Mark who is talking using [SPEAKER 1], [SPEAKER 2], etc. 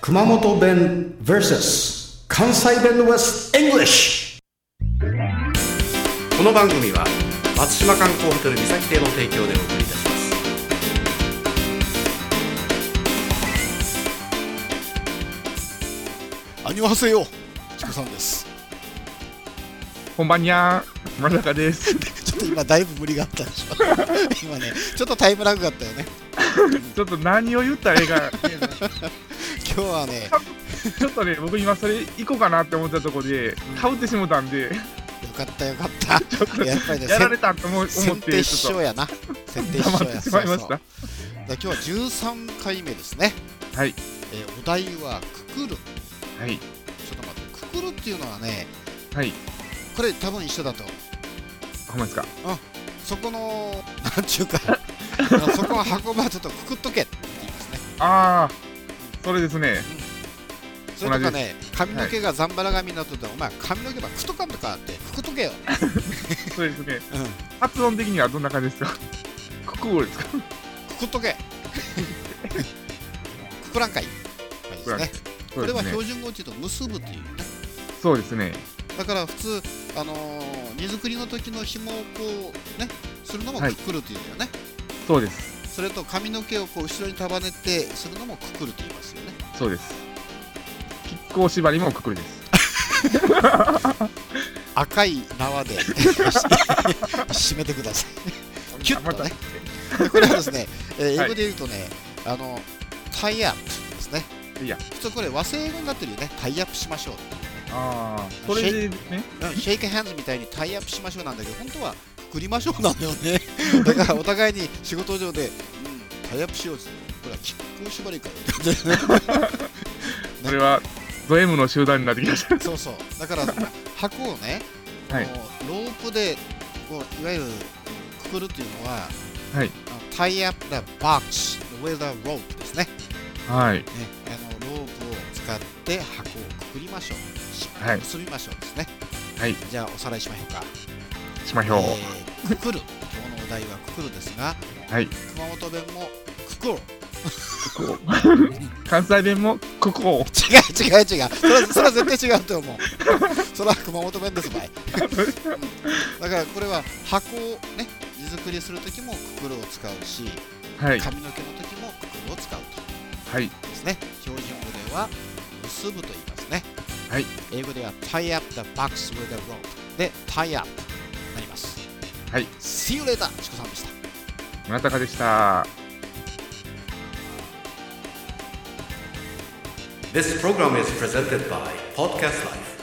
[SPEAKER 1] 熊本弁 VS 関西弁 West English
[SPEAKER 2] この番組は松島観光ホテル三崎亭の提供でお送りいたします
[SPEAKER 3] アニュアセヨチコさんです
[SPEAKER 4] こんばんにゃー、真中です。
[SPEAKER 3] ちょっと今だいぶ無理があったでしょ今ねちょっとタイムラグがあったよね
[SPEAKER 4] ちょっと何を言ったらええ か、
[SPEAKER 3] 今日はねよ
[SPEAKER 4] ちょっとね、僕今それ行こうかなって思ったとこで、かぶってしもたんで、
[SPEAKER 3] かったよかったやっぱりね
[SPEAKER 4] やられたと思う
[SPEAKER 3] せ
[SPEAKER 4] 思
[SPEAKER 3] ん
[SPEAKER 4] っ
[SPEAKER 3] 先手
[SPEAKER 4] て、
[SPEAKER 3] 師
[SPEAKER 4] ちょっ
[SPEAKER 3] 匠やな先手
[SPEAKER 4] と
[SPEAKER 3] 師匠
[SPEAKER 4] 黙っ
[SPEAKER 3] や
[SPEAKER 4] てしまいまし
[SPEAKER 3] そうそう
[SPEAKER 4] た。
[SPEAKER 3] だから今日は13回目ですね
[SPEAKER 4] はい、
[SPEAKER 3] えーお題はくくるちょ
[SPEAKER 4] はい、
[SPEAKER 3] っと待ってくくるっていうのはね
[SPEAKER 4] はい、
[SPEAKER 3] これ多分一緒だと思う
[SPEAKER 4] ほんまですか。
[SPEAKER 3] そこのなんちゅうか そこは箱場ちょっとくくっとけって言いますね
[SPEAKER 4] あー、それですね。
[SPEAKER 3] それとかね髪の毛がざんばら髪になっとったら、お前髪の毛ばくとかんとかってくくっとけよ、
[SPEAKER 4] そうですね。
[SPEAKER 3] うん
[SPEAKER 4] 発音的にはどんな感じです かククーですか
[SPEAKER 3] くくっと けくくらんかい、まあいいですね
[SPEAKER 4] そ
[SPEAKER 3] こ
[SPEAKER 4] う
[SPEAKER 3] れ
[SPEAKER 4] で
[SPEAKER 3] は
[SPEAKER 4] すね。
[SPEAKER 3] 標準語っていうと結ぶっていうね
[SPEAKER 4] そうですね。
[SPEAKER 3] だから普通あのー荷造りの時の紐をこうねするのも
[SPEAKER 4] はい
[SPEAKER 3] くくるっていうんだよね、
[SPEAKER 4] そうです。
[SPEAKER 3] それと髪の毛をこう後ろに束ねてするのもくくると言いますよね
[SPEAKER 4] そうです。キッコー縛りもククーです。
[SPEAKER 3] 赤い縄で 締めてくださ いキュッとねでこれはですね、えー
[SPEAKER 4] は
[SPEAKER 3] 英
[SPEAKER 4] い
[SPEAKER 3] 語で言うとね、あのタイアップですね
[SPEAKER 4] タイアッ
[SPEAKER 3] 普通これ和製英語になってるよねタイアップしましょう
[SPEAKER 4] あー、それでね、
[SPEAKER 3] シェイクハンズみたいにタイアップしましょうなんだけど本当はくくりましょうなんだよねだからお互いに仕事上で、うん、タイアップしようっつってこれはキックを縛りかよ
[SPEAKER 4] それはド M の集団になってきました。
[SPEAKER 3] そうそうだから箱をね、
[SPEAKER 4] はい
[SPEAKER 3] このロープでこういわゆるくくるっていうのは、
[SPEAKER 4] はい
[SPEAKER 3] あのタイアップなボックス with a rope ですね
[SPEAKER 4] はい、
[SPEAKER 3] ね、あのロープを使って箱をくくりましょう、
[SPEAKER 4] はい
[SPEAKER 3] 結びましょうですね、
[SPEAKER 4] はい
[SPEAKER 3] じゃあおさらいしましょうか、
[SPEAKER 4] しまひょう。
[SPEAKER 3] えーくくる今日のお題はくくるですが
[SPEAKER 4] はい。
[SPEAKER 3] 熊本弁もくくる
[SPEAKER 4] こう関西弁もここ
[SPEAKER 3] 違う違う違うそれはそれは絶対違うと 思うそれは熊本弁ですばい、うんだからこれは箱をね荷造りする時もくくるを使うし、
[SPEAKER 4] はい
[SPEAKER 3] 髪の毛の時もくくるを使うと
[SPEAKER 4] はい
[SPEAKER 3] ですね標準語では結ぶと言いますね
[SPEAKER 4] はい
[SPEAKER 3] 英語では tie up the box with a rope で tie up になります
[SPEAKER 4] はい
[SPEAKER 3] See you later チコさんでした
[SPEAKER 4] 村高でした。
[SPEAKER 2] This program is presented by Podcast Life